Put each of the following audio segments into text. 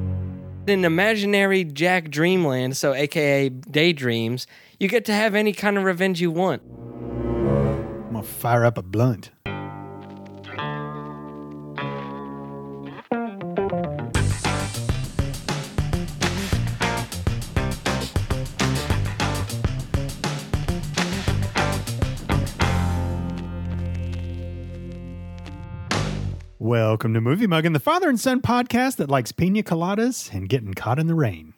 trapped in imaginary Jack Dreamland, so AKA daydreams, you get to have any kind of revenge you want. I'm gonna fire up a blunt. Welcome to Movie Mugging, the father and son podcast that likes pina coladas and getting caught in the rain.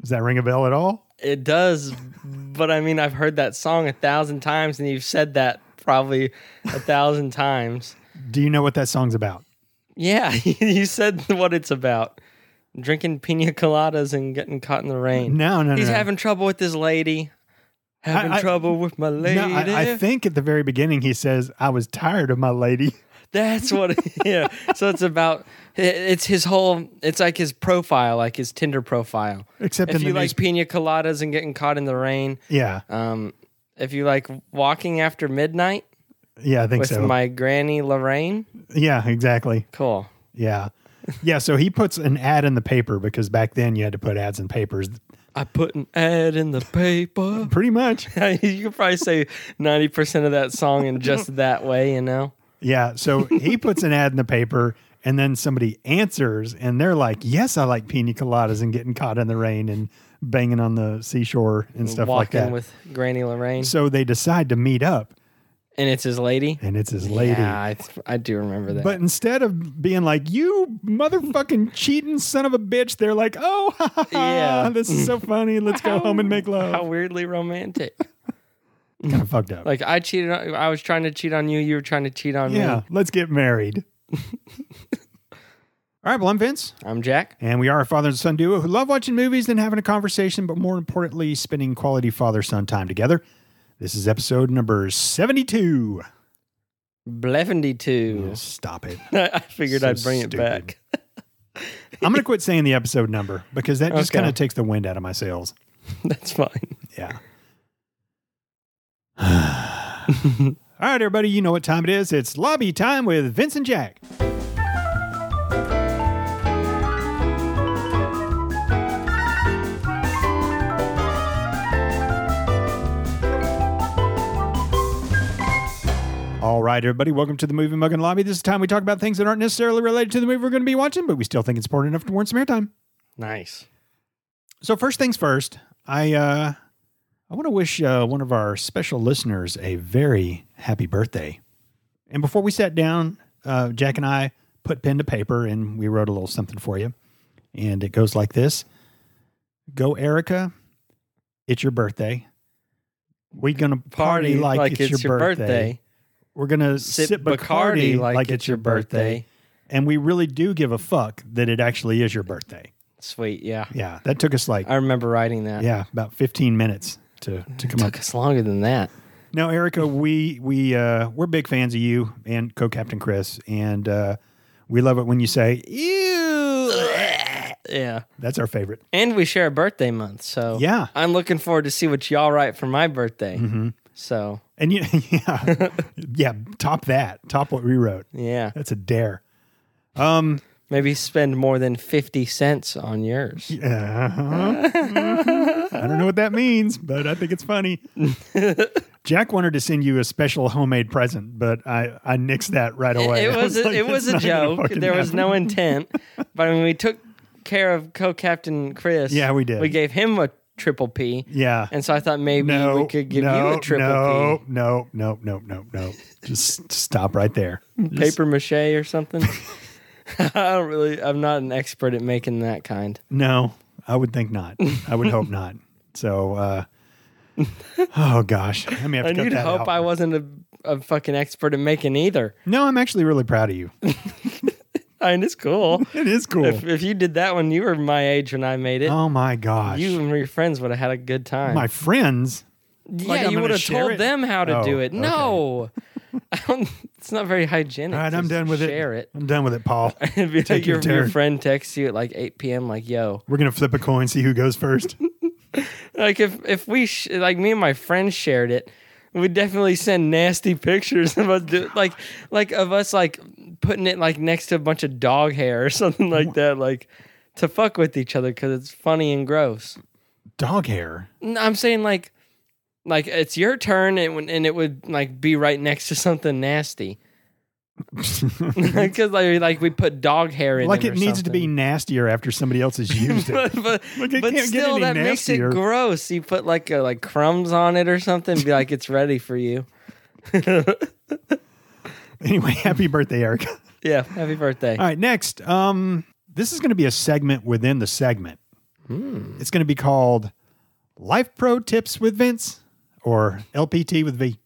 Does that ring a bell at all? It does, but I mean, I've heard that song a thousand times, and you've said that probably a thousand times. Do you know what that song's about? Yeah, you said what it's about drinking pina coladas and getting caught in the rain. No, no, no. He's no. having trouble with his lady, having I- trouble with my lady. No, I, I think at the very beginning he says, "I was tired of my lady." That's what. yeah. So it's about. It's his whole. It's like his profile, like his Tinder profile. Except If in you the like news- pina coladas and getting caught in the rain, yeah, um, if you like walking after midnight yeah, I think with so. my granny Lorraine, yeah, exactly. cool. Yeah, yeah. So he puts an ad in the paper because back then you had to put ads in papers, I put an ad in the paper. pretty much. you could probably say ninety percent of that song in just that way, you know. Yeah. So he puts an ad in the paper, and then somebody answers, and they're like, "Yes, I like pina coladas and getting caught in the rain and banging on the seashore and stuff like Walking that." with Granny Lorraine, so they decide to meet up, and it's his lady. and it's his lady. Yeah, I, I do remember that. But instead of being like, you motherfucking cheating son of a bitch, they're like, oh, ha, ha, ha, Yeah. this is so funny. Let's go home and make love. how weirdly romantic. kind of fucked up. Like I cheated. On, I was trying to cheat on you. You were trying to cheat on yeah, me. let's get married. All right, well, I'm Vince, I'm Jack. and we are a father and son duo who love watching movies and having a conversation, but more importantly, spending quality father son time together. This is episode number 72. Blevendy two. Stop it. I figured So I'd bring stupid. it back. I'm going to quit saying the episode number because that just Okay. kind of takes the wind out of my sails. That's fine. Yeah. All right, everybody, you know what time it is. It's lobby time with Vince and Jack. All right, everybody, welcome to the Movie Mugging Lobby. This is the time we talk about things that aren't necessarily related to the movie we're going to be watching, but we still think it's important enough to warrant some airtime. Nice. So first things first, I uh, I want to wish uh, one of our special listeners a very happy birthday. And before we sat down, uh, Jack and I put pen to paper and we wrote a little something for you. And it goes like this: Go, Erica! It's your birthday. We're gonna party, like, it's, your, birthday. We're gonna sip, Sip, Bacardi, like, it's your birthday. And we really do give a fuck that it actually is your birthday. Sweet. Yeah. Yeah, that took us like I remember writing that. yeah about 15 minutes to to It come up took us longer than that. no erica we we uh we're big fans of you and co-captain chris and uh we love it when you say ew Yeah. that's our favorite And we share a birthday month, so Yeah. Mm-hmm. I'm looking forward to see what y'all write for my birthday. So and you yeah yeah top that top what we wrote yeah, that's a dare maybe spend more than fifty cents on yours. Uh-huh. I don't know what that means, but I think it's funny. Jack wanted to send you a special homemade present, but I, I nixed that right away. It I was, a, like, it was a "That's not gonna joke. fucking There was happen." no intent, but I mean, we took care of co-captain Chris. Yeah, we did. We gave him a triple P, Yeah. and so I thought maybe we could give no, you a triple no, No, no, no, no, no. Just stop right there. P, paper mache or something. I don't really. I'm not an expert at making that kind. No, I would think not. I would hope not. So, uh, oh gosh, I may have to I cut need to that hope out. I wasn't a, a fucking expert at making either. no, I'm actually really proud of you. I mean, it's cool. It is cool. If, if you did that when you were my age when I made it, oh my gosh, you and your friends would have had a good time. my friends. yeah, like I'm you gonna would have share told it? them how to Oh, do it. okay. No, I don't, it's not very hygienic. All right, to I'm done with it. share it. I'm done with it, Paul. It'd be Take like your, your your turn. friend texts you at like 8 p.m. like, "Yo, We're gonna flip a coin, see who goes first. like if if we sh- like me and my friends shared it, we'd definitely send nasty pictures of us do- like like of us like putting it like next to a bunch of dog hair or something like that. Like to fuck with each other because it's funny and gross. Dog hair. N- I'm saying like, like it's your turn, and when- and it would like be right next to something nasty because like like we put dog hair in. like them it or needs to be something. nastier after somebody else has used it. but but, Like, it but can't get still, any that makes it nastier. gross. You put like a, like crumbs on it or something. Be like, it's ready for you. anyway, happy birthday, Eric. Yeah, happy birthday. All right, next. Um, this is going to be a segment within the segment. Hmm. It's going to be called Life Pro Tips with Vince or LPT with V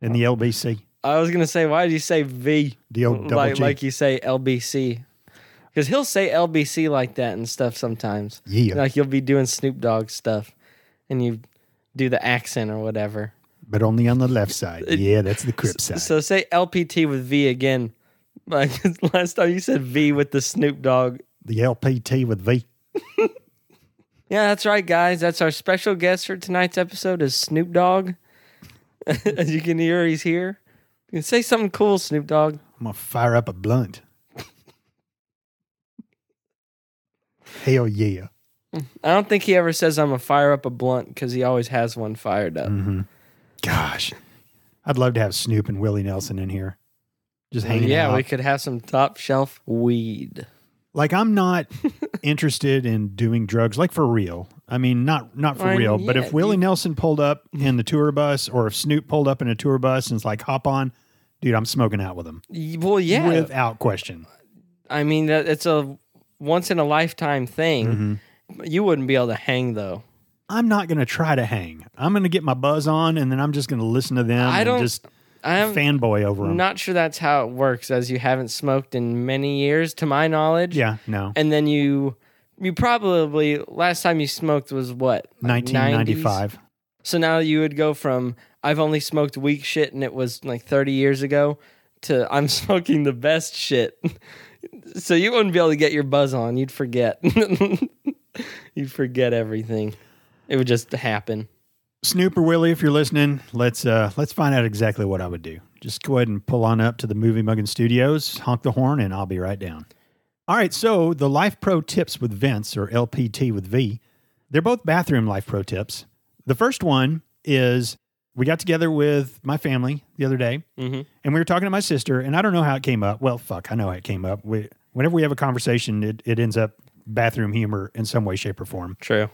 in the LBC. I was gonna say, why did you say V? The old Oh, double like G. like you say LBC, because he'll say LBC like that and stuff sometimes. Yeah. like you'll be doing Snoop Dogg stuff, and you do the accent or whatever. but only on the left side. yeah, that's the crip side. So say LPT with V again. Like last time you said V with the Snoop Dogg. the LPT with V. Yeah, that's right, guys. That's our special guest for tonight's episode is Snoop Dogg. As you can hear, he's here. You can say something cool, Snoop Dogg. I'm going to fire up a blunt. Hell yeah. I don't think he ever says I'm gonna fire up a blunt because he always has one fired up. Mm-hmm. Gosh. I'd love to have Snoop and Willie Nelson in here. Just hanging yeah, out. we could have some top shelf weed. like I'm not interested in doing drugs like for real. I mean, not not for Or- real, but yeah, if Willie you- Nelson pulled up in the tour bus or if Snoop pulled up in a tour bus and it's like hop on, dude, I'm smoking out with him. Y- Well, yeah, Without question. I mean that it's a once in a lifetime thing. Mm-hmm. You wouldn't be able to hang though. I'm not going to try to hang. I'm going to get my buzz on and then I'm just going to listen to them I and don't- just I'm fanboy over them. not sure that's how it works, as you haven't smoked in many years, to my knowledge. yeah, no. and then you you probably last time you smoked was what like 90s? 1995. So now you would go from I've only smoked weak shit and it was like 30 years ago to I'm smoking the best shit. so you wouldn't be able to get your buzz on. You'd forget. You'd forget everything. It would just happen. Snoop or Willie, if you're listening, let's uh, let's find out exactly what I would do. Just go ahead and pull on up to the Movie Muggin Studios, honk the horn, and I'll be right down. All right, so the Life Pro tips with Vince or LPT with V, they're both bathroom Life Pro tips. The first one is we got together with my family the other day, Mhm. and we were talking to my sister, and I don't know how it came up. Well, fuck, I know how it came up. We, whenever we have a conversation, it, it ends up bathroom humor in some way, shape, or form True.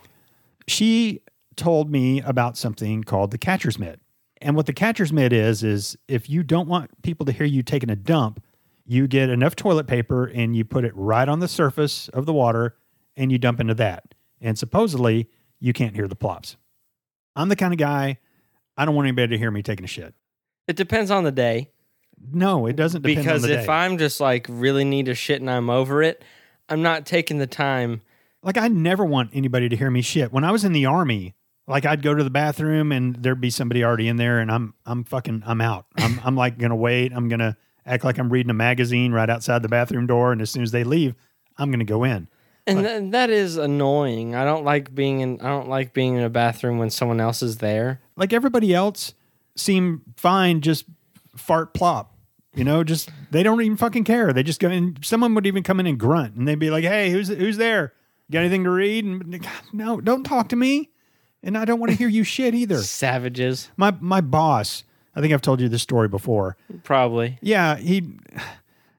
she told me about something called the catcher's mitt. And what the catcher's mitt is, is if you don't want people to hear you taking a dump, you get enough toilet paper and you put it right on the surface of the water and you dump into that. And supposedly you can't hear the plops. I'm the kind of guy, I don't want anybody to hear me taking a shit. It depends on the day No, it doesn't depend because on the if day. I'm just like really need a shit and I'm over it, I'm not taking the time. like I never want anybody to hear me shit. When I was in the army, like I'd go to the bathroom and there'd be somebody already in there, and I'm I'm fucking I'm out. I'm I'm like gonna wait. I'm gonna act like I'm reading a magazine right outside the bathroom door, and as soon as they leave, I'm gonna go in. And th- that is annoying. I don't like being in I don't like being in a bathroom when someone else is there. Like everybody else seem fine, just fart plop. You know, just they don't even fucking care. They just go and someone would even come in and grunt, and they'd be like, "Hey, who's who's there? Got anything to read?" And no, don't talk to me. And I don't want to hear you shit either. Savages, my my boss i think i've told you this story before probably. yeah he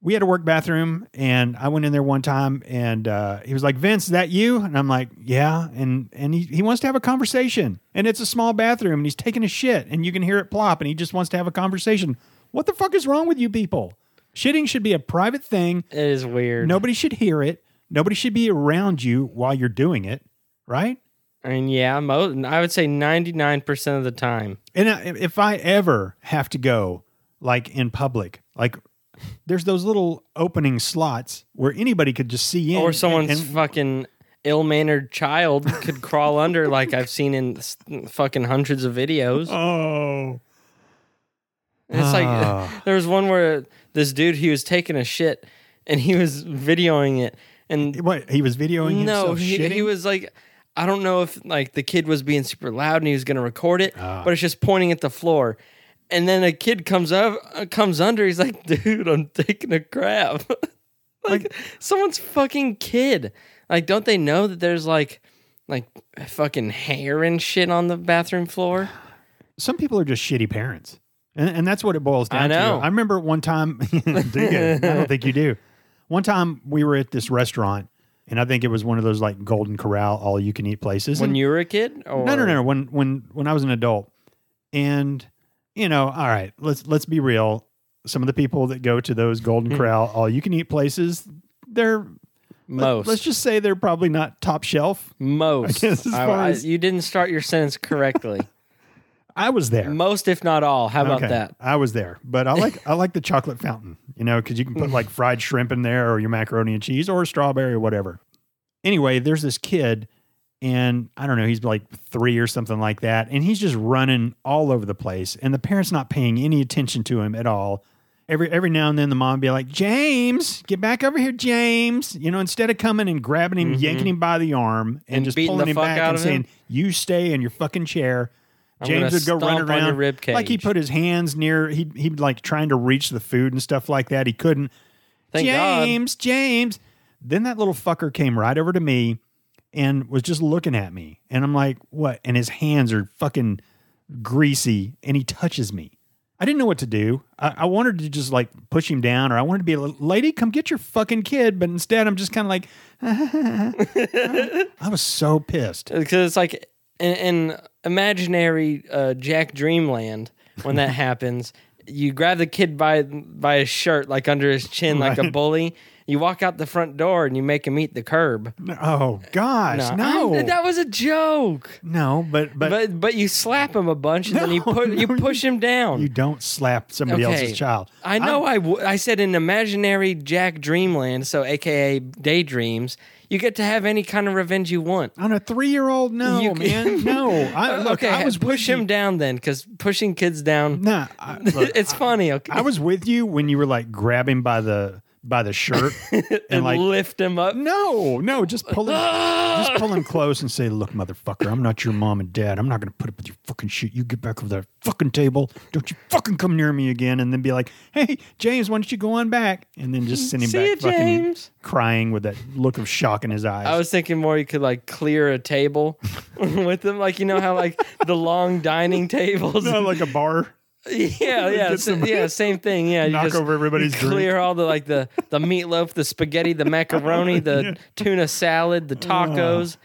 we had a work bathroom and i went in there one time and uh, he was like vince is that you and i'm like yeah and and he, he wants to have a conversation and it's a small bathroom and he's taking a shit and you can hear it plop and he just wants to have a conversation what the fuck is wrong with you people shitting should be a private thing It is weird. nobody should hear it nobody should be around you while you're doing it right I mean, yeah, mo- I would say 99% of the time. And I, if I ever have to go, like in public, like there's those little opening slots where anybody could just see in, or someone's and- fucking ill mannered child could crawl under, like I've seen in s- fucking hundreds of videos. oh, And it's Ah. like there was one where this dude, he was taking a shit and he was videoing it. And what he was videoing No, himself he, shitting? he was like, I don't know if like the kid was being super loud and he was gonna record it, Ah. but it's just pointing at the floor. And then a kid comes up, uh, comes under. He's like, "Dude, I'm taking a crap." like, someone's fucking kid. Like, don't they know that there's like, like fucking hair and shit on the bathroom floor? Some people are just shitty parents. And, and that's what it boils down I know. to. I remember one time, do you? I don't think you do. One time we were at this restaurant, and I think it was one of those like Golden Corral all you can eat places. When And- you were a kid? Or no, no, no. When when when I was an adult, and you know, all right, let's let's be real. Some of the people that go to those Hmm. Golden Corral all you can eat places, they're Most. let's just say they're probably not top shelf. most. guess as I- far I- as- you didn't start your sentence correctly. I was there. most, if not all. How about Okay, that? I was there, but I like I like the chocolate fountain, you know, because you can Mm. put like fried shrimp in there, or your macaroni and cheese, or strawberry, or whatever. Anyway, there's this kid, and I don't know, he's like three or something like that, and he's just running all over the place, and the parents not paying any attention to him at all. Every every now and then, the mom would be like, "James, get back over here, James!" You know, instead of coming and grabbing him, yanking him by the arm, and, Mm-hmm. And just beating the pulling him fuck back out and of him? saying, "You stay in your fucking chair." I'm James gonna would go run stomp on your around rib like he cage. put his hands near he he like trying to reach the food and stuff like that. He couldn't. Thank God. James, James. Then that little fucker came right over to me and was just looking at me. And I'm like, "What?" And his hands are fucking greasy and he touches me. I didn't know what to do. I, I wanted to just like push him down or I wanted to be a lady, come get your fucking kid, but instead I'm just kind of like I was so pissed. because it's like in, in imaginary uh, Jack Dreamland when that happens. You grab the kid by by his shirt, like under his chin, like a bully. You walk out the front door and you make him eat the curb. Oh gosh, no. I'm- that was a joke. no, but But but you slap him a bunch and then you No, put no, you push him down. You don't slap somebody Okay. else's child. I know I, w- I said in imaginary Jack Dreamland, so AKA daydreams. You get to have any kind of revenge you want. On a three-year-old, no, You- man, no. I, look, Uh, okay, I was push with him down then, because pushing kids down, You. Nah, I, look, it's funny. Okay, I was with you when you were like grabbing by the by the shirt and, and like, lift him up. no, no, just pull him, just pull him close and say, "Look, motherfucker, I'm not your mom and dad. I'm not gonna put up with your fucking shit. You get back over that fucking table. Don't you fucking come near me again." And then be like, "Hey, James, why don't you go on back?" And then just send him See back, ya, fucking James. crying with that look of shock in his eyes. I was thinking more you could like clear a table with them, like you know how like the long dining tables. No, Uh, like a bar. yeah, yeah, Get sa- some- yeah, same thing. Yeah, you Knock just over everybody's drink. clear all the like the the meatloaf, the spaghetti, the macaroni, the tuna salad, the tacos. Uh.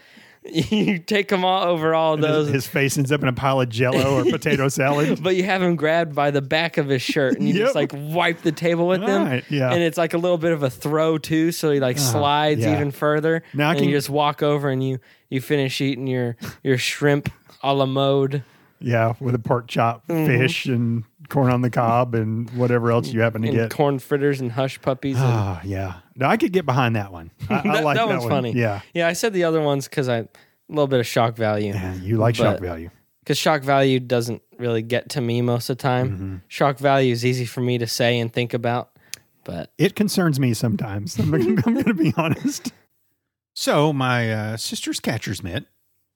You take them all over all His, those, his face ends up in a pile of jello or potato salad. but you have him grabbed by the back of his shirt and you Yep. just like wipe the table with him. Right, yeah. Uh-huh. And it's like a little bit of a throw too, so he like slides yeah. even further. Now I and can- you just walk over and you you finish eating your your shrimp a la mode. Yeah, with a pork chop, Mm-hmm. fish, and corn on the cob, and whatever else you happen to And get. corn fritters and hush puppies. and- Ah, yeah. No, I could get behind that one. I, I that, that like that one's one. funny. Yeah. Yeah, I said the other ones because I a little bit of shock value. Yeah, you like shock But- value. Because shock value doesn't really get to me most of the time. Mm-hmm. Shock value is easy for me to say and think about. But It concerns me sometimes. I'm, gonna- I'm going to be honest. So my uh, sister's catcher's mitt,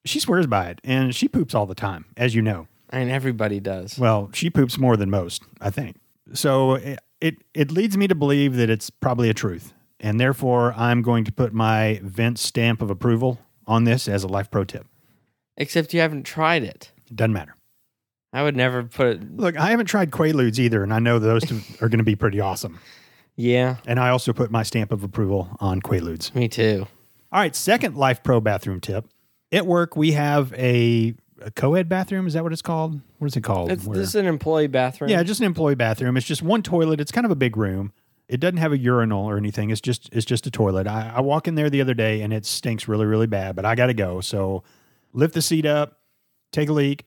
she swears by it, and she poops all the time, as you know. I mean everybody does. Well, she poops more than most, I think. So it, it it leads me to believe that it's probably a truth, and therefore I'm going to put my Vince stamp of approval on this as a life pro tip. Except you haven't tried it. Doesn't matter. I would never put it. Look, I haven't tried Quaaludes either, and I know those two are going to be pretty awesome. Yeah, And I also put my stamp of approval on Quaaludes. me too. All right, second life pro bathroom tip. At work, we have a, a co-ed bathroom. Is that what it's called? What is it called? It's, Where- this is an employee bathroom. Yeah, just an employee bathroom. It's just one toilet. It's kind of a big room. It doesn't have a urinal or anything. It's just it's just a toilet. I, I walk in there the other day and it stinks really really bad, but I got to go. So lift the seat up, take a leak.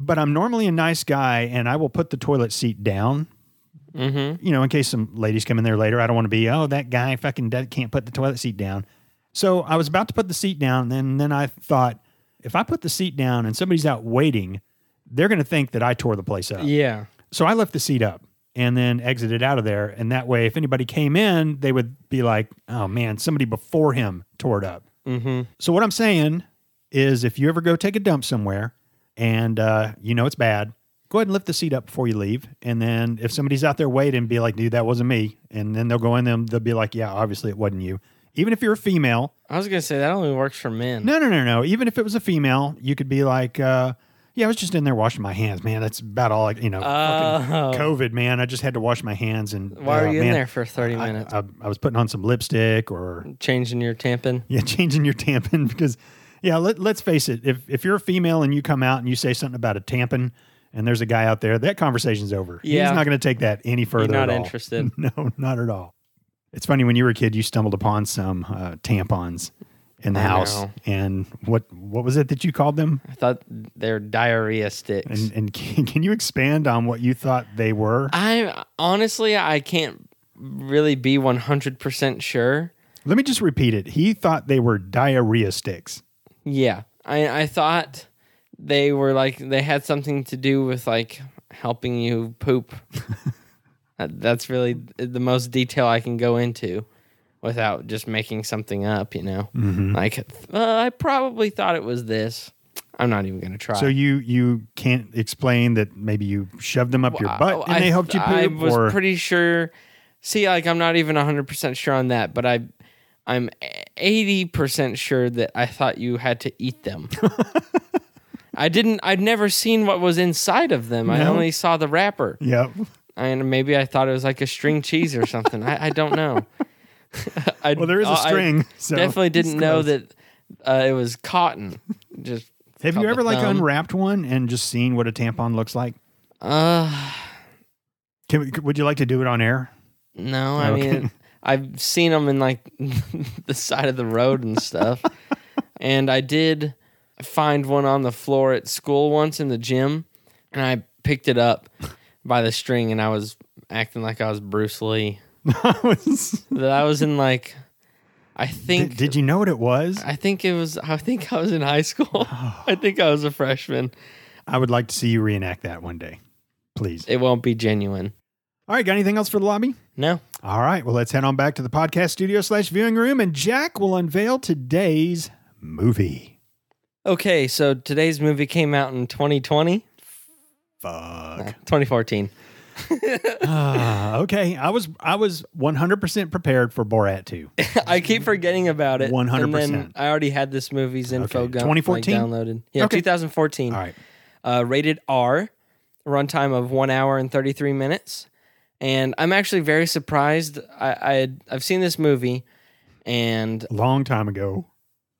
But I'm normally a nice guy and I will put the toilet seat down. Mm-hmm. You know, in case some ladies come in there later, I don't want to be oh that guy fucking dead, can't put the toilet seat down. So I was about to put the seat down, and then then I thought if I put the seat down and somebody's out waiting, they're going to think that I tore the place up. Yeah. So I left the seat up and then exited out of there. And that way, if anybody came in, they would be like, oh man, somebody before him tore it up. Mm-hmm. So what I'm saying is if you ever go take a dump somewhere and uh, you know it's bad, go ahead and lift the seat up before you leave. And then if somebody's out there waiting, be like, dude, that wasn't me. And then they'll go in them, they'll be like, yeah, obviously it wasn't you. Even if you're a female, I was gonna say that only works for men. no, no, no, no. Even if it was a female, you could be like, uh, yeah, I was just in there washing my hands, man. That's about all. I, you know, fucking Oh. COVID, man. I just had to wash my hands and Why uh, are you in man, there for thirty I, minutes? I, I was putting on some lipstick or Changing your tampon. yeah, changing your tampon because yeah, let, let's face it. If if you're a female and you come out and you say something about a tampon and there's a guy out there, that conversation's over. Yeah. He's not going to take that any further. not at all. interested. No, not at all. It's funny when you were a kid, you stumbled upon some uh, tampons in the I house, know. and what what was it that you called them? I thought they're diarrhea sticks. And and can, can you expand on what you thought they were? I honestly I can't really be one hundred percent sure. Let me just repeat it. He thought they were diarrhea sticks. Yeah. I I thought they were like they had something to do with like helping you poop. That- That's really the most detail I can go into without just making something up, you know. Like uh, I probably thought it was this. I'm not even going to try. So you you can't explain that maybe you shoved them up your butt and they helped you poop. oh, I was or, pretty sure. See, like I'm not even 100 percent sure on that, but I, I'm 80 percent sure that I thought you had to eat them. I didn't. I'd never seen what was inside of them. I No? only saw the wrapper, Yep. and maybe I thought it was like a string cheese or something. I, I don't know. I, Well, there is a Oh, I string. so definitely didn't it's know close. that uh, it was cotton. Just Have you called ever the like thumb. unwrapped one and just seen what a tampon looks like? Uh, Can we, would you like to do it on air? No, I Okay. mean, I've seen them in like the side of the road and stuff. and I did find one on the floor at school once in the gym, and I picked it up by the string, and I was acting like I was Bruce Lee. That I was in like, I did, think. did you know what it was? I think it was. I think I was in high school. Oh. I think I was a freshman. I would like to see you reenact that one day, please. It won't be genuine. All right, got anything else for the lobby? No. All right, well, let's head on back to the podcast studio slash viewing room, and Jack will unveil today's movie. Okay, so today's movie came out in 2020, Fuck. 2014. Ah, okay, I was I was one hundred percent prepared for Borat two. I keep forgetting about it. 100%. And then I already had this movie's info Okay. go- 2014? like, downloaded. Yeah, Okay. 2014. All right, Uh, rated R, runtime of one hour and 33 minutes. And I'm actually very surprised. I, I had, I've seen this movie, and long time ago.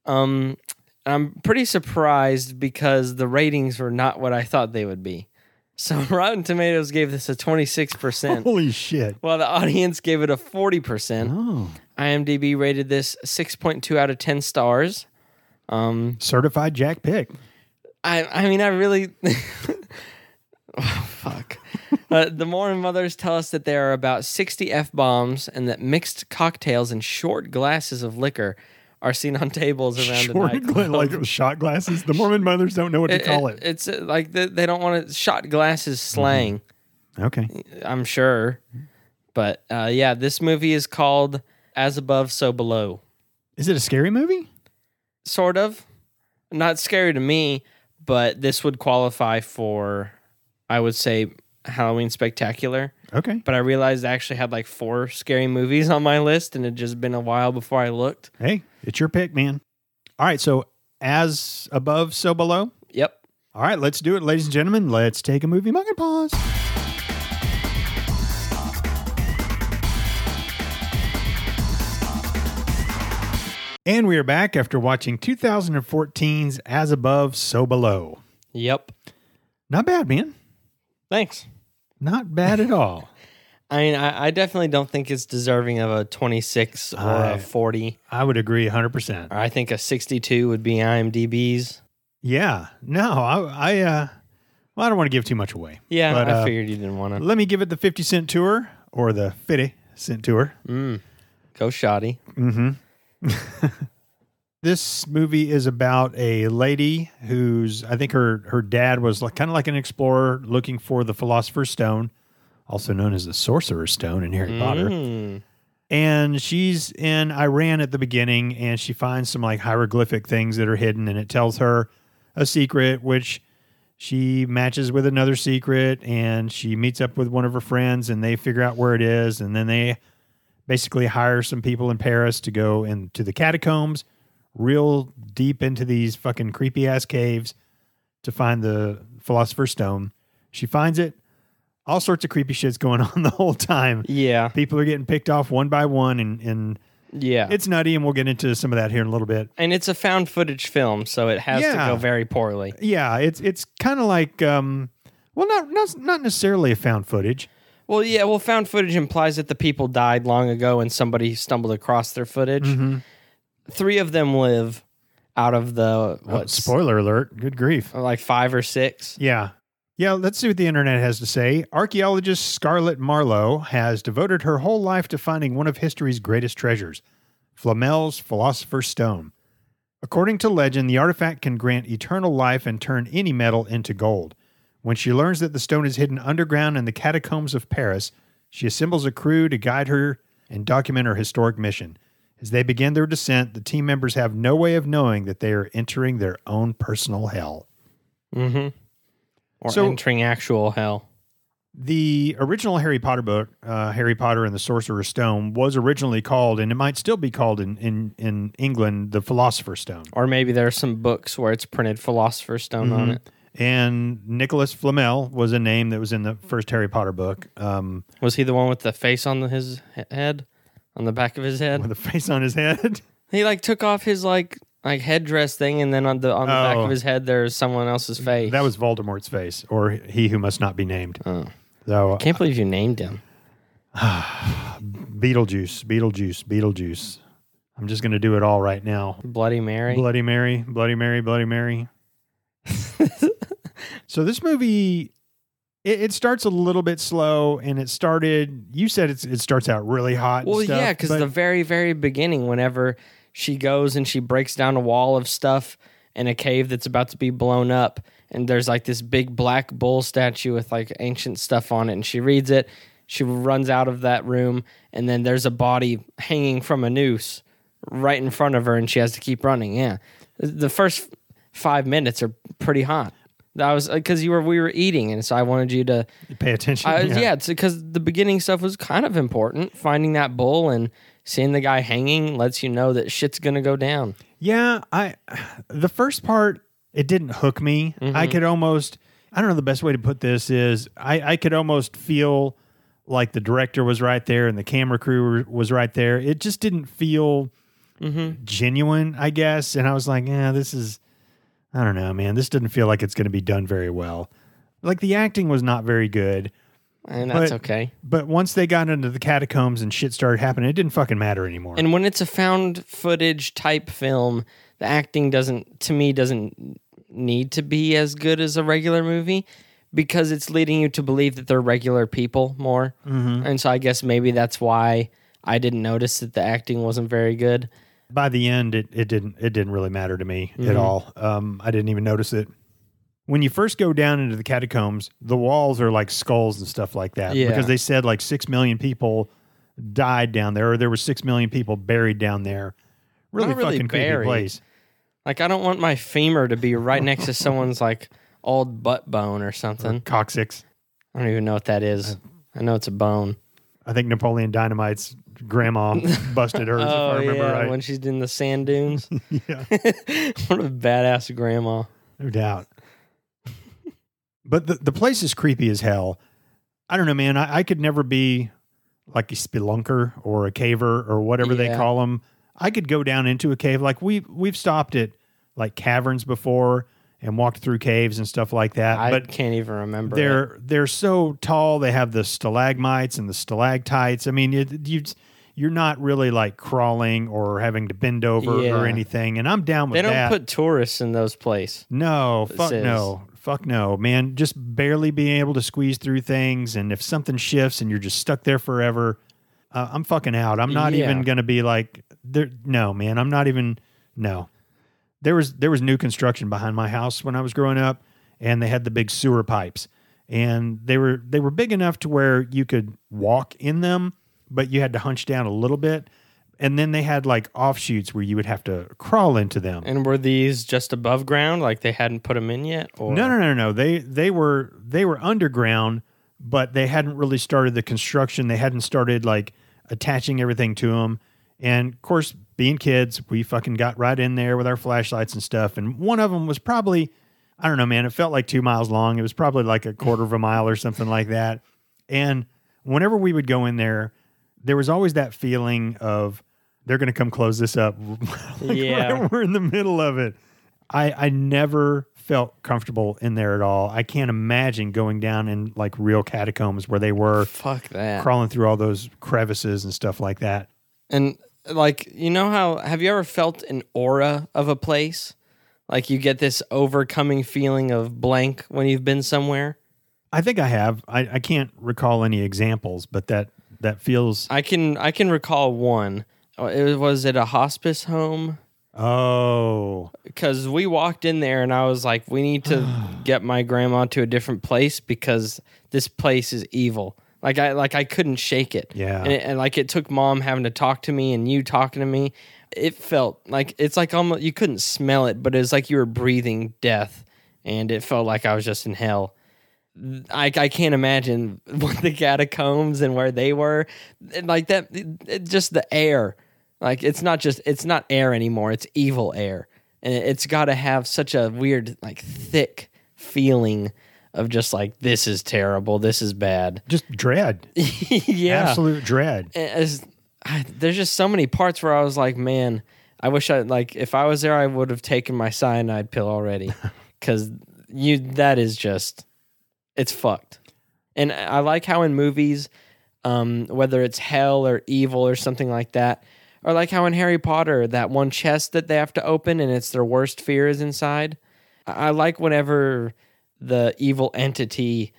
um, I'm pretty surprised because the ratings were not what I thought they would be. So Rotten Tomatoes gave this a 26%, Holy shit! while the audience gave it a 40%. Oh, IMDb rated this 6.2 out of 10 stars. Um, certified Jack pick. I, I mean, I really. oh, fuck. uh, the Mormon mothers tell us that there are about 60 F bombs and that mixed cocktails and short glasses of liquor are seen on tables around the Short nightclub. gla- like shot glasses. The Mormon mothers don't know what to call it. Mm-hmm. It's uh, like they, they don't want to shot glasses slang. Okay. I'm sure, but uh, yeah, this movie is called As Above, So Below. Is it a scary movie? sort of. Not scary to me, but this would qualify for, I would say, Halloween Spectacular. Okay. But I realized I actually had like four scary movies on my list, and it just been a while before I looked. Hey, it's your pick, man. All right. So, as above, so below. Yep. All right, let's do it, ladies and gentlemen. Let's take a movie mug and pause. And we are back after watching 2014's As Above, So Below. Yep. Not bad, man. Thanks. Not bad at all. I mean, I, I definitely don't think it's deserving of a 26 or I- a 40. I would agree 100%. Or I think a 62 would be IMDb's. Yeah. No, I, I uh well, I don't want to give too much away. Yeah, But, I uh, figured you didn't want to Let me give it the 50 cent tour or the 50 cent tour. Mm. go shoddy. Mm-hmm. this movie is about a lady who's I think her her dad was like kind of like an explorer looking for the philosopher's stone, also known as the sorcerer's stone in Harry Potter Mm. and she's in Iran at the beginning and she finds some like hieroglyphic things that are hidden and it tells her a secret which she matches with another secret and she meets up with one of her friends and they figure out where it is and then they basically hire some people in Paris to go into the catacombs, real deep into these fucking creepy ass caves to find the philosopher's stone. She finds it. All sorts of creepy shit's going on the whole time. Yeah. People are getting picked off one by one and, and Yeah. it's nutty and we'll get into some of that here in a little bit. and it's a found footage film, so it has Yeah. to go very poorly. Yeah, it's it's kind of like um well not not not necessarily a found footage. Well, yeah, well, found footage implies that the people died long ago and somebody stumbled across their footage. Three of them live out of the What what spoiler alert. Good grief. like five or six. Yeah. Yeah, let's see what the internet has to say. Archaeologist Scarlett Marlowe has devoted her whole life to finding one of history's greatest treasures, Flamel's Philosopher's Stone. According to legend, the artifact can grant eternal life and turn any metal into gold. When she learns that the stone is hidden underground in the catacombs of Paris, she assembles a crew to guide her and document her historic mission. As they begin their descent, the team members have no way of knowing that they are entering their own personal hell. Mm-hmm. Or So- entering actual hell. The original Harry Potter book, uh, Harry Potter and the Sorcerer's Stone, was originally called, and it might still be called in, in, in England, the Philosopher's Stone. Or maybe there are some books where it's printed Philosopher's Stone Mm-hmm. on it. And Nicholas Flamel was a name that was in the first Harry Potter book, um, Was he the one with the face on the, his he- head, on the back of his head? with a face on his head. He like took off his like like headdress thing, and then on the on the back Oh. of his head there's someone else's face. that was Voldemort's face, or he who must not be named. Oh. So Can't believe you named him. Beetlejuice, Beetlejuice, Beetlejuice. I'm just going to do it all right now. Bloody Mary. Bloody Mary, Bloody Mary, Bloody Mary. so this movie, it, it starts a little bit slow, and it started. You said it's, it starts out really hot. Well, and stuff, yeah, because but- the very, very beginning, whenever she goes and she breaks down a wall of stuff in a cave that's about to be blown up, and there's like this big black bull statue with like ancient stuff on it, and she reads it. She runs out of that room, and then there's a body hanging from a noose right in front of her, and she has to keep running. Yeah, the first five minutes are pretty hot. That was because you were we were eating, and so I wanted you to pay attention. I, yeah. it's because the beginning stuff was kind of important. Finding that bull and seeing the guy hanging lets you know that shit's gonna go down. Yeah, I the first part it didn't hook me. I could almost I don't know the best way to put this is I I could almost feel like the director was right there and the camera crew were- was right there. It just didn't feel genuine, I guess, and I was like, "Yeah, this is I don't know, man. This doesn't feel like it's going to be done very well." Like the acting was not very good, And that's But- okay. but once they got into the catacombs and shit started happening, it didn't fucking matter anymore. And when it's a found footage type film, the acting doesn't to me doesn't need to be as good as a regular movie because it's leading you to believe that they're regular people more. And so I guess maybe that's why I didn't notice that the acting wasn't very good. by the end it, it didn't it didn't really matter to me Mm-hmm. at all um, i didn't even notice it when you first go down into the catacombs the walls are like skulls and stuff like that Yeah. because they said like six million people died down there or there were six million people buried down there really, Not really fucking creepy buried. place Like I don't want my femur to be right next to someone's like old butt bone or something. coccyx I don't even know what that is. I know it's a bone. i think napoleon dynamite's grandma busted hers if i remember right Oh, when she's in the sand dunes. yeah Uh, what a badass grandma. No doubt. but the, the place is creepy as hell. I don't know, man. I, I could never be like a spelunker or a caver or whatever they Yeah. call them. I could go down into a cave. Like we we've stopped at like caverns before and walked through caves and stuff like that. I but can't even remember. they're it. they're so tall. They have the stalagmites and the stalactites. I mean, it, you you're not really like crawling or having to bend over Yeah. or anything. And I'm down with They don't that. put tourists in those places. No, that fuck says- no. Fuck no, man. Just barely being able to squeeze through things. And if something shifts and you're just stuck there forever, uh, I'm fucking out. I'm not Yeah. even going to be like, there. no, man. I'm not even, no. There was, there was new construction behind my house when I was growing up, and they had the big sewer pipes. And they were, they were big enough to where you could walk in them, but you had to hunch down a little bit. And then they had like offshoots where you would have to crawl into them. And were these just above ground? Like they hadn't put them in yet? Or No, no, no, no. They they were they were underground, but they hadn't really started the construction. They hadn't started like attaching everything to them. And of course, being kids, we fucking got right in there with our flashlights and stuff. And one of them was probably, I don't know, man, it felt like two miles long. It was probably like a quarter of a mile or something like that. And whenever we would go in there, there was always that feeling of they're going to come close this up. like, Yeah. right, we're in the middle of it. I, I never felt comfortable in there at all. I can't imagine going down in like real catacombs where they were Fuck that. crawling through all those crevices and stuff like that. And like, you know how have you ever felt an aura of a place? Like you get this overcoming feeling of blank when you've been somewhere. I think I have. I, I can't recall any examples, but that that feels I can I can recall one. Uh, It was at a hospice home oh because we walked in there and I was like, we need to get my grandma to a different place because this place is evil. Like I like I couldn't shake it. Yeah. and, it, and like it took mom having to talk to me and you talking to me. It felt like it's like almost you couldn't smell it, but it was like you were breathing death, and it felt like I was just in hell. I, I can't imagine what the catacombs and where they were And, like that it, it- just the air like it's not just it's not air anymore it's evil air and it, it's got to have such a weird like thick feeling of just like this is terrible this is bad just dread. yeah Absolute dread. as I, there's just so many parts where I was like, man, I wish I like if I was there, I would have taken my cyanide pill already, because you that is just it's fucked. And I like how in movies, um, whether it's hell or evil or something like that, or like how in Harry Potter, that one chest that they have to open and it's their worst fear is inside. I I like whenever the evil entity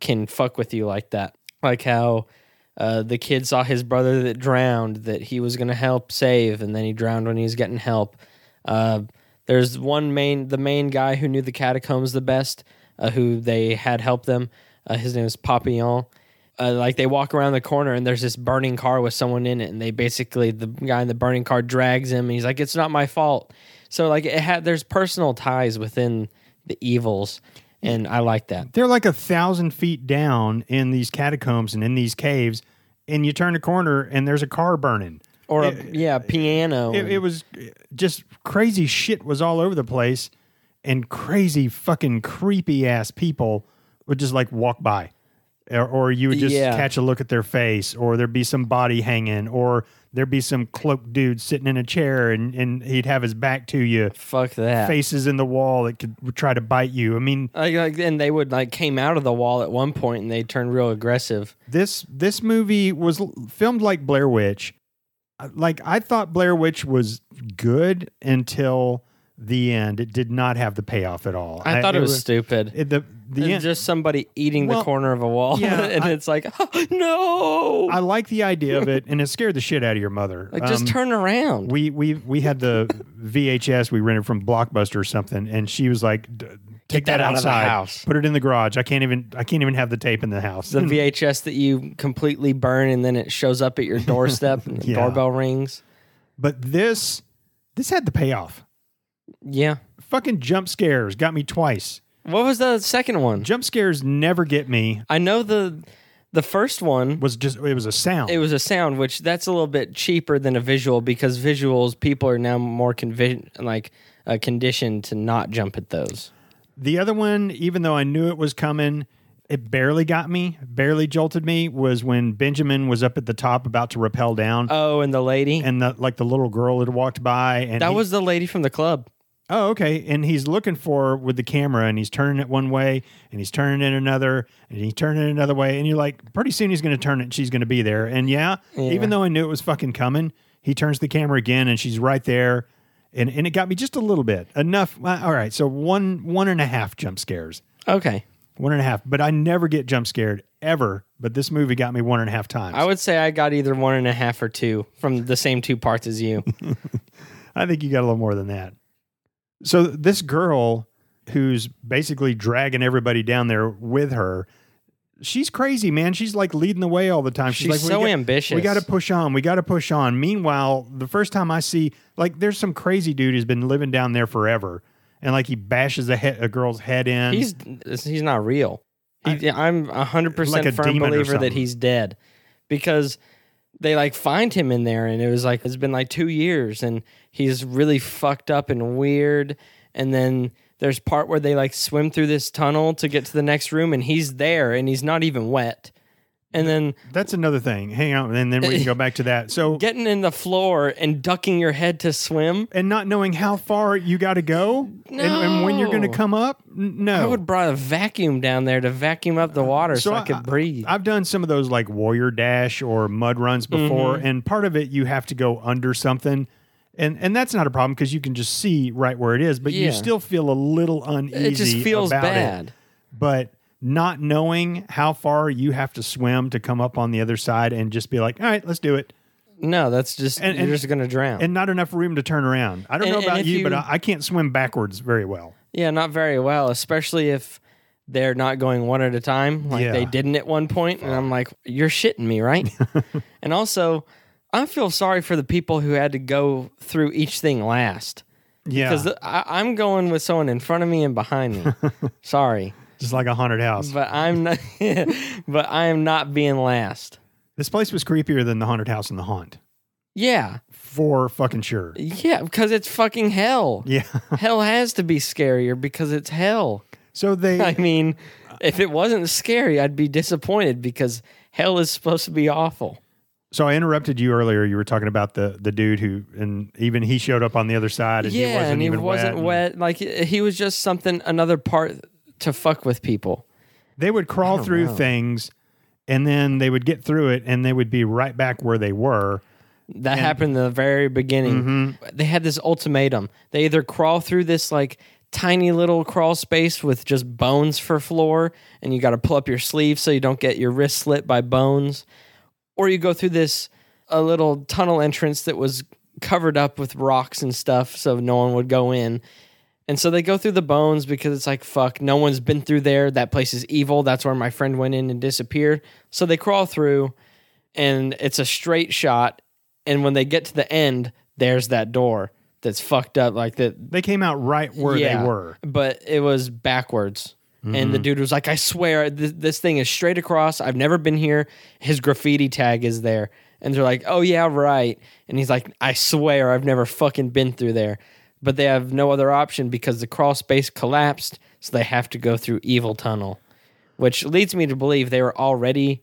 can fuck with you like that. Like how uh, the kid saw his brother that drowned that he was going to help save, and then he drowned when he was getting help. Uh, there's one main, the main guy who knew the catacombs the best, uh, who they had help them. Uh, his name is Papillon. Uh, like they walk around the corner and there's this burning car with someone in it, and they basically the guy in the burning car drags him, and he's like, "It's not my fault." So like it had there's personal ties within the evils, and I like that. They're like a thousand feet down in these catacombs and in these caves, and you turn a corner and there's a car burning. Or a, yeah, piano. It, it was just crazy shit was all over the place, and crazy fucking creepy ass people would just like walk by, or, or you would just Yeah. catch a look at their face, or there'd be some body hanging, or there'd be some cloaked dude sitting in a chair and, and he'd have his back to you, Fuck that. faces in the wall that could would try to bite you. I mean, Like, like, and they would like came out of the wall at one point and they turned real aggressive. this this movie was l- filmed like Blair Witch. Uh, Like I thought Blair Witch was good until the end. It did not have the payoff at all. I, thought it was, stupid. it- the the And end. just somebody eating Well, the corner of a wall, yeah, and I- it's like, "Oh, no, I like the idea of it, and it scared the shit out of your mother. like just Um, turn around. we we we had the VHS we rented from Blockbuster or something, and she was like, "D- "Take that out of the outside, house." put it in the garage. I can't even I can't even have the tape in the house." the VHS that you completely burn and then it shows up at your doorstep and the Yeah. doorbell rings. but this this had the payoff. Yeah. Fucking jump scares got me twice. What was the second one? jump scares never get me I know the the first one was just it was a sound it was a sound, which that's a little bit cheaper than a visual because visuals people are now more convi- like uh, conditioned to not jump at those. the other one even though i knew it was coming it barely got me barely jolted me was when benjamin was up at the top about to rappel down Oh, and the lady and the, like the little girl had walked by and that he- was the lady from the club. oh okay and he's looking for her with the camera and he's turning it one way and he's turning it another and he's turning it another way and you're like pretty soon he's going to turn it and she's going to be there and yeah, even though i knew it was fucking coming he turns the camera again and she's right there and, and it got me just a little bit enough well, all right so one one and a half jump scares Okay, one and a half but i never get jump scared ever but this movie got me one and a half times I would say I got either one and a half or two from the same two parts as you. I think you got a little more than that. So this girl who's basically dragging everybody down there with her, she's crazy, man. She's like leading the way all the time. She's like, we so got- ambitious. We got to push on. We got to push on. Meanwhile, the first time I see like there's some crazy dude who's been living down there forever, and like he bashes a, he- a girl's head in. he's he's not real. He, I, am hundred Like a percent firm demon or believer that something. he's dead because they like find him in there and it was like it's been like two years and he's really fucked up and weird and then there's part where they like swim through this tunnel to get to the next room and he's there and he's not even wet and then That's another thing. Hang on, and then we can go back to that. So, getting in the floor and ducking your head to swim and not knowing how far you got to go and, and when you're going to No. come up, N- no. i would have brought a vacuum down there to vacuum up the Uh, water so, i, could breathe I've done some of those like warrior dash or mud runs before, Mm-hmm. and part of it you have to go under something, and and that's not a problem because you can just see right where it is, but Yeah. you still feel a little uneasy. it just feels about it. bad but not knowing how far you have to swim to come up on the other side, and just be like, all right, let's do it, no that's just And- you're and- just gonna drown and not enough room to turn around. I don't And- know and about if you, but you- I, I can't swim backwards very well. Yeah, not very well, especially if they're not going one at a time like Yeah. they didn't at one point, And I'm like, you're shitting me, right? and also, I feel sorry for the people who had to go through each thing last Yeah, because I'm going with someone in front of me and behind me. sorry, just like a haunted house. but I'm not, but I am not being last. This place was creepier than the haunted house in the haunt Yeah, for fucking sure. yeah, because it's fucking hell. Yeah. Hell has to be scarier because it's hell. So they I mean, if it wasn't scary, I'd be disappointed because hell is supposed to be awful. So I interrupted you earlier. You were talking about the the dude who, and even he showed up on the other side, and he yeah, wasn't and he even wasn't wet. wet. Like he was just something another part to fuck with people. They would crawl through things, and then they would get through it, and they would be right back where they were. That happened in the very beginning. They had this ultimatum. They either crawl through this like tiny little crawl space with just bones for floor, and you got to pull up your sleeve so you don't get your wrist slit by bones, or you go through this a little tunnel entrance that was covered up with rocks and stuff so no one would go in. And so they go through the bones because it's like, fuck, no one's been through there. That place is evil. That's where my friend went in and disappeared. So they crawl through and it's a straight shot. And when they get to the end, there's that door that's fucked up like that. They came out right where yeah, they were. But it was backwards. And the dude was like, I swear, th- this thing is straight across. I've never been here. His graffiti tag is there. And they're like, oh, yeah, right. And he's like, I swear, I've never fucking been through there. But they have no other option because the crawl space collapsed. So they have to go through Evil Tunnel, which leads me to believe they were already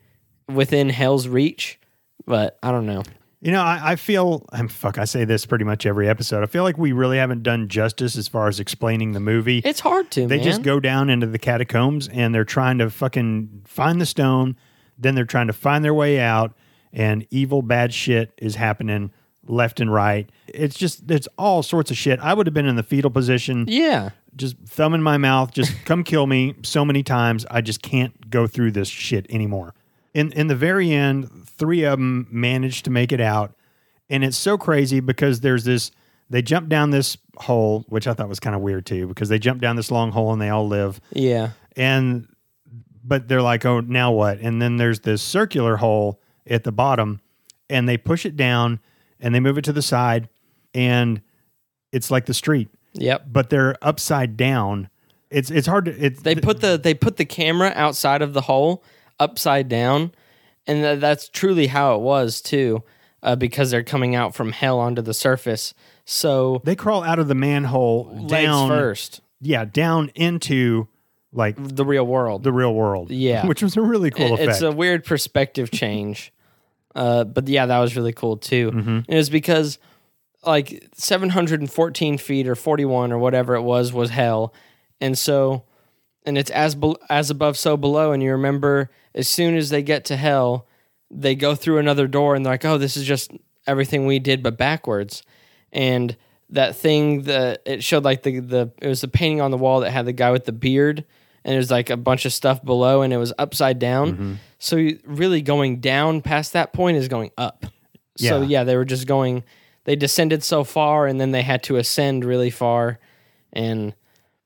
within hell's reach. But I don't know. You know, I, I feel I'm fuck. I say this pretty much every episode. I feel like we really haven't done justice as far as explaining the movie. It's hard to, They man. just go down into the catacombs and they're trying to fucking find the stone. Then they're trying to find their way out, and evil, bad shit is happening left and right. It's just, it's all sorts of shit. I would have been in the fetal position, Yeah. just thumb in my mouth, just come kill me so many times. I just can't go through this shit anymore. In, in the very end, three of them managed to make it out. And it's so crazy because there's this, they jump down this hole, which I thought was kind of weird too, because they jump down this long hole and they all live Yeah. and but they're like oh now what and then there's this circular hole at the bottom and they push it down and they move it to the side and it's like the street Yep. but they're upside down it's it's hard to it's They put the they put the camera outside of the hole upside down, and tha- that's truly how it was too, uh, because they're coming out from hell onto the surface. So they crawl out of the manhole down legs first, yeah down into like the real world. the real world Yeah. which was a really cool It's effect a weird perspective change, uh, but yeah, that was really cool too. Mm-hmm. And it was because like 714 feet or 41 or whatever it was was hell, and so and it's as bel as above so below and you remember as soon as they get to hell they go through another door and they're like oh this is just everything we did but backwards and that thing that it showed like the the it was the painting on the wall that had the guy with the beard and it was like a bunch of stuff below and it was upside down Mm-hmm. so you- really going down past that point is going up so Yeah. yeah they were just going they descended so far and then they had to ascend really far and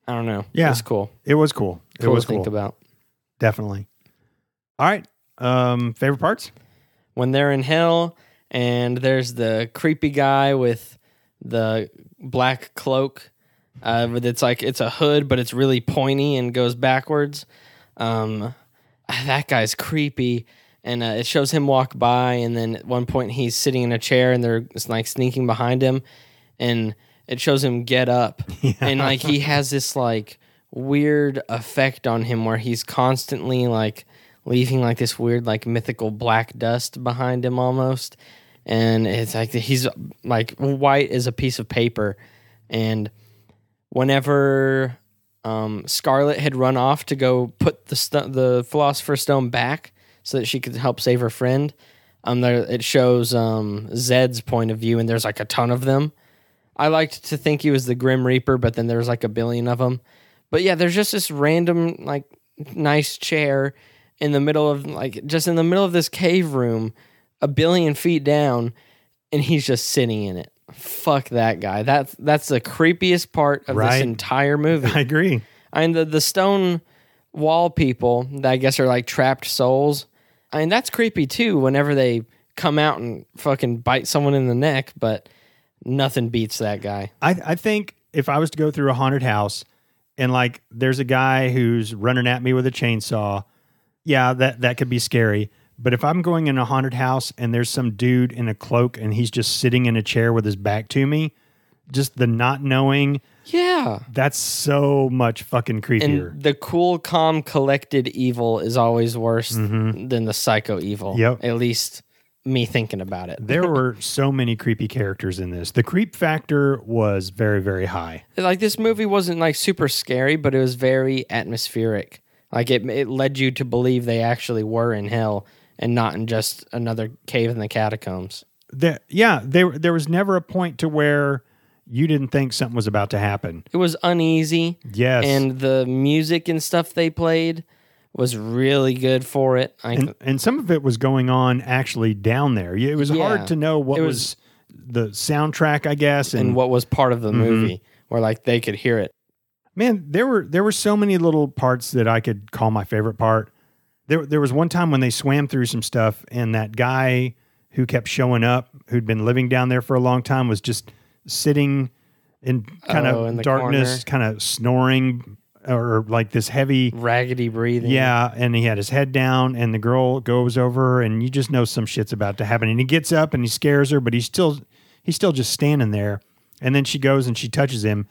i don't know Yeah. it's cool it was cool, cool it was to think cool about definitely all right um favorite parts when they're in hell and there's the creepy guy with the black cloak uh, but it's like it's a hood but it's really pointy and goes backwards um, that guy's creepy and uh, it shows him walk by, and then at one point he's sitting in a chair, and they're just, like sneaking behind him, and it shows him get up, and like he has this like weird effect on him where he's constantly like leaving like this weird like mythical black dust behind him almost, and it's like he's like white as a piece of paper, and whenever um, Scarlet had run off to go put the st- the Philosopher's Stone back so that she could help save her friend. Um, there it shows um, Zed's point of view, and there's like a ton of them. I liked to think he was the Grim Reaper, but then there's like a billion of them. But yeah, there's just this random like nice chair in the middle of like just in the middle of this cave room, a billion feet down, and he's just sitting in it. Fuck that guy. That's that's the creepiest part of Right. this entire movie. I agree. I mean, the, the stone wall people that I guess are like trapped souls. I mean, that's creepy too whenever they come out and fucking bite someone in the neck, but nothing beats that guy. I, I think if I was to go through a haunted house and like there's a guy who's running at me with a chainsaw, yeah, that that could be scary. But if I'm going in a haunted house and there's some dude in a cloak and he's just sitting in a chair with his back to me, just the not knowing, Yeah. that's so much fucking And creepier. the cool, calm, collected evil is always worse than the psycho evil. Mm-hmm. Yep. At least me thinking about it. there were so many creepy characters in this. The creep factor was very, very high. like this movie wasn't like super scary, but it was very atmospheric. Like it, it led you to believe they actually were in hell and not in just another cave in the catacombs. That yeah, there there was never a point to where you didn't think something was about to happen. It was uneasy, Yes. and the music and stuff they played was really good for it. I, and, and some of it was going on actually down there. Yeah, It was Yeah. hard to know what It was, the soundtrack, I guess. And, and what was part of the Mm-hmm. movie, where like they could hear it. man, there were there were so many little parts that I could call my favorite part. There there was one time when they swam through some stuff, and that guy who kept showing up, who'd been living down there for a long time, was just sitting in kind Oh, of in the darkness, kind of snoring or like this heavy Raggedy breathing. Yeah, and he had his head down, and the girl goes over, and you just know some shit's about to happen. And he gets up and he scares her, but he's still he's still just standing there. And then she goes and she touches him,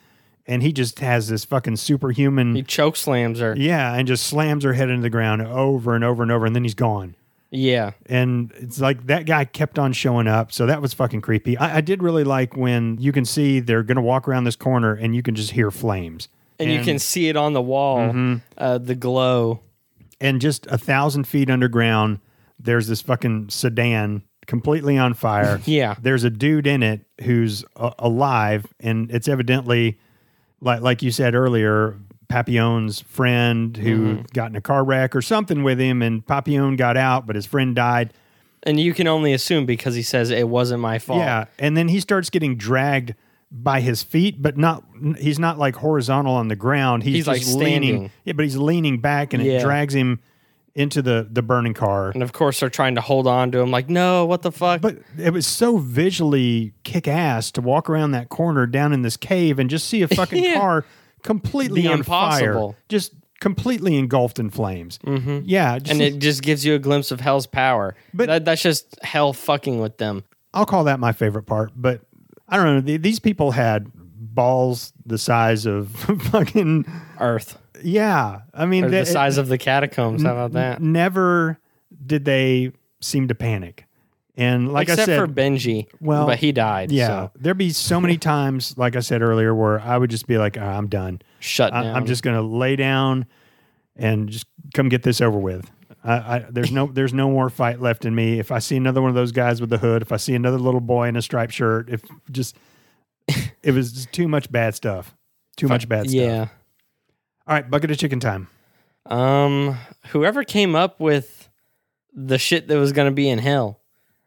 and he just has this fucking superhuman he choke slams her. yeah, and just slams her head into the ground over and over and over, and then he's gone. Yeah, And it's like that guy kept on showing up, so that was fucking creepy. I, I did really like when you can see they're gonna walk around this corner, and you can just hear flames. and, you can see it on the wall, Mm-hmm. uh, the glow. and just a thousand feet underground, there's this fucking sedan completely on fire. Yeah. There's a dude in it who's a- alive, and it's evidently, like like you said earlier, Papillon's friend who Mm-hmm. got in a car wreck or something with him, and Papillon got out, but his friend died. And you can only assume because he says it wasn't my fault. Yeah, and then he starts getting dragged by his feet, but not he's not like horizontal on the ground. He's, He's, like, just leaning. standing. Yeah, but he's leaning back, and Yeah. it drags him into the the burning car. And of course, they're trying to hold on to him, like, no, what the fuck? But it was so visually kick ass to walk around that corner down in this cave and just see a fucking Yeah. car completely The on impossible. fire, just completely engulfed in flames. Mm-hmm. Yeah, just, and it just gives you a glimpse of hell's power. But But- that, that's just hell fucking with them. I'll call that my favorite part. But I don't know. th- These people had balls the size of fucking Earth, yeah. I mean, or they- the size of the catacombs. How about that? never did they seem to panic. And like Except I said, for Benji. Well, but he died. yeah, so there'd be so many times, like I said earlier, where I would just be like, "Ah, I'm done. shut I, down. I'm just gonna lay down and just come get this over with. I, I, there's no there's no more fight left in me. If I see another one of those guys with the hood, if I see another little boy in a striped shirt, if just it was just too much bad stuff. Too much bad stuff. yeah. All right, bucket of chicken time. Um, whoever came up with the shit that was going to be in hell,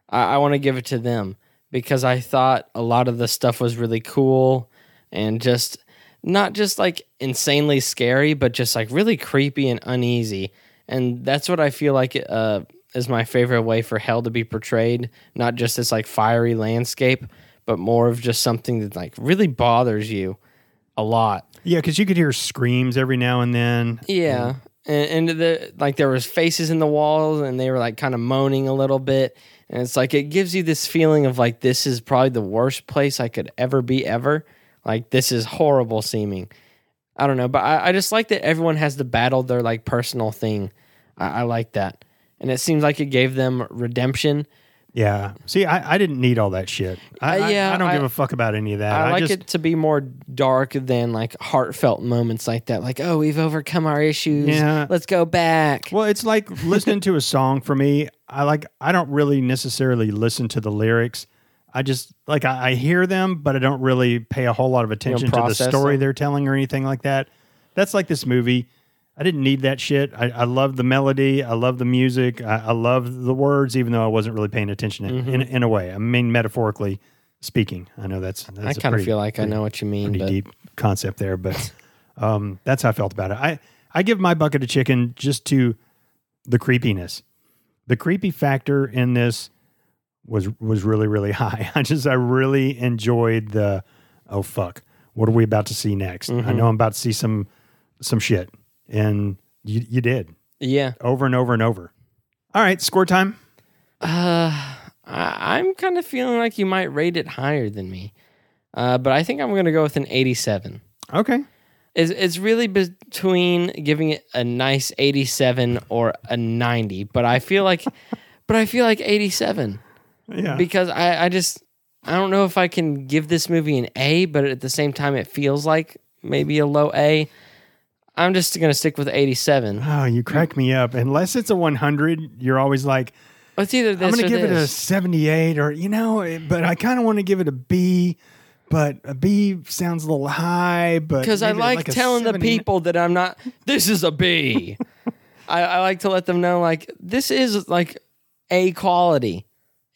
I, I want to give it to them because I thought a lot of the stuff was really cool and just not just like insanely scary, but just like really creepy and uneasy. And that's what I feel like uh, is my favorite way for hell to be portrayed. Not just this like fiery landscape, but more of just something that like really bothers you a lot. Yeah, because you could hear screams every now and then. Yeah. and, and the like there was faces in the walls and they were like kind of moaning a little bit and it's like it gives you this feeling of like this is probably the worst place i could ever be ever like this is horrible seeming i don't know but i, I just like that everyone has to battle their like personal thing I, I like that and it seems like it gave them redemption Yeah. See, I, I didn't need all that shit. I, Uh, yeah, I, I don't I- give a fuck about any of that. I, I, like just it to be more dark than like heartfelt moments like that. Like, oh, we've overcome our issues. Yeah. Let's go back. Well, it's like listening to a song for me. I like I don't really necessarily listen to the lyrics. I just like I, I hear them, but I don't really pay a whole lot of attention to the process story them. they're telling or anything like that. That's like this movie. I didn't need that shit. I, I love the melody. I love the music. I, I love the words, even though I wasn't really paying attention in, Mm-hmm. in, in a way. I mean, metaphorically speaking. I know that's, that's I a kind of pretty- feel like I pretty- know what you mean. pretty But deep concept there, but um, that's how I felt about it. I, I give my bucket of chicken just to the creepiness. The creepy factor in this was was really really high. I just I really enjoyed the oh fuck, what are we about to see next? I know I'm about to see some some shit, and you you did yeah, over and over and over. All right, score time. uh, I, I'm kind of feeling like you might rate it higher than me. Uh, but I think I'm going to go with an 87. Okay, It's, it's really between giving it a nice 87 or a 90. But I feel like, but I feel like 87. yeah. because I, I just I don't know if I can give this movie an A, but at the same time, it feels like maybe a low A. I'm just gonna stick with 87. Oh, you crack me up. Unless it's a 100, you're always like, It's either this I'm going or to give it a this. 78 or, you know, eh, but I kind of want to give it a B, but a B sounds a little high. But because I maybe like, a telling the 79 people that I'm not. This is a B. I, I like to let them know like this is like A quality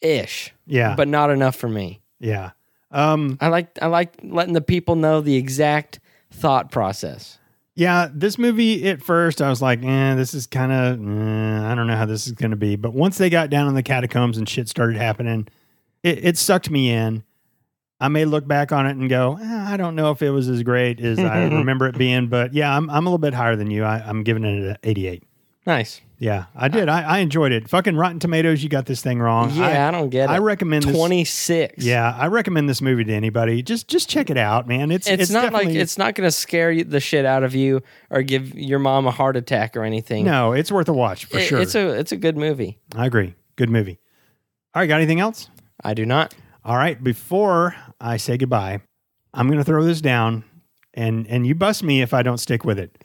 ish, Yeah. but not enough for me. yeah. Um, I like I like letting the people know the exact thought process. yeah. This movie, at first, I was like, eh, this is kind of, eh, I don't know how this is going to be. But once they got down in the catacombs and shit started happening, it, it sucked me in. I may look back on it and go, eh, I don't know if it was as great as I remember it being, but yeah, I'm, I'm a little bit higher than you. I, I'm giving it an 88. Nice. Yeah, I did. I, I enjoyed it. Fucking Rotten Tomatoes, you got this thing wrong. Yeah, I, don't get it. I recommend this- 26. Yeah, I recommend this movie to anybody. Just just check it out, man. It's it's, not like definitely- it's not going to scare you, the shit out of you or give your mom a heart attack or anything. no, it's worth a watch for It- sure. It's a it's a good movie. I agree. Good movie. All right, got anything else? I do not. All right, before I say goodbye, I'm gonna throw this down, and and you bust me if I don't stick with it.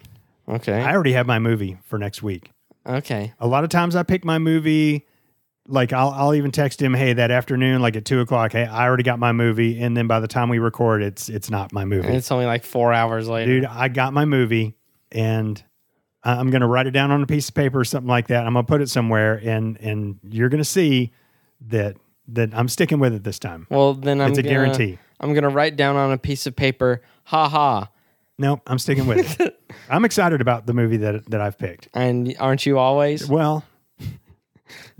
Okay. I already have my movie for next week. okay. A lot of times I pick my movie. Like I'll I'll even text him, hey, that afternoon, like at two o'clock, hey, I already got my movie, and then by the time we record, it's it's not my movie. And it's only like 4 hours later. dude, I got my movie and I- I'm going to write it down on a piece of paper or something like that. I'm going to put it somewhere and and you're going to see that that I'm sticking with it this time. Well, then I'm It's a gonna, guarantee. I'm going to write down on a piece of paper, "Ha ha." No, I'm sticking with it. I'm excited about the movie that that I've picked. And aren't you always? Well,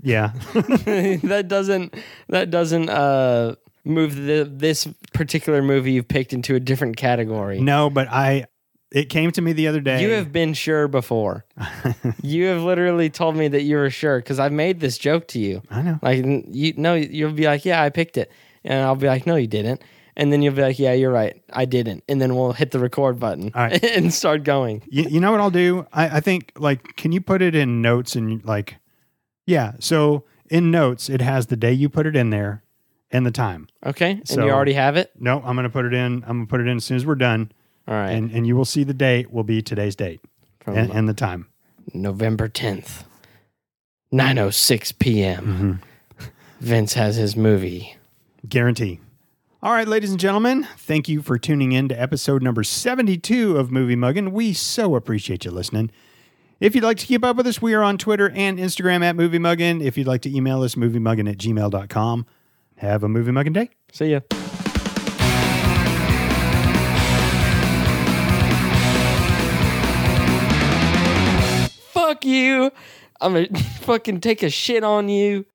yeah. that doesn't that doesn't uh move the, this particular movie you've picked into a different category. No, but I it came to me the other day. You have been sure before. you have literally told me that you were sure because I made this joke to you. I know. Like n- you no, you'll be like, yeah, I picked it, and I'll be like, no, you didn't, and then you'll be like, yeah, you're right, I didn't, and then we'll hit the record button All right. and start going. you, you know what I'll do? I, I think like can you put it in notes and like yeah, so in notes it has the day you put it in there and the time. Okay, and So- you already have it. No, I'm going to put it in. I'm going to put it in as soon as we're done, All right, and and you will see the date will be today's date from and, and the time. November tenth, nine oh six p.m. Vince has his movie. Guarantee. All right, ladies and gentlemen, thank you for tuning in to episode number 72 of Movie Muggin. We so appreciate you listening. If you'd like to keep up with us, we are on Twitter and Instagram at Movie Muggin. If you'd like to email us, moviemuggin at gmail.com. Have a Movie Muggin day. See ya. Fuck you. I'm gonna fucking take a shit on you.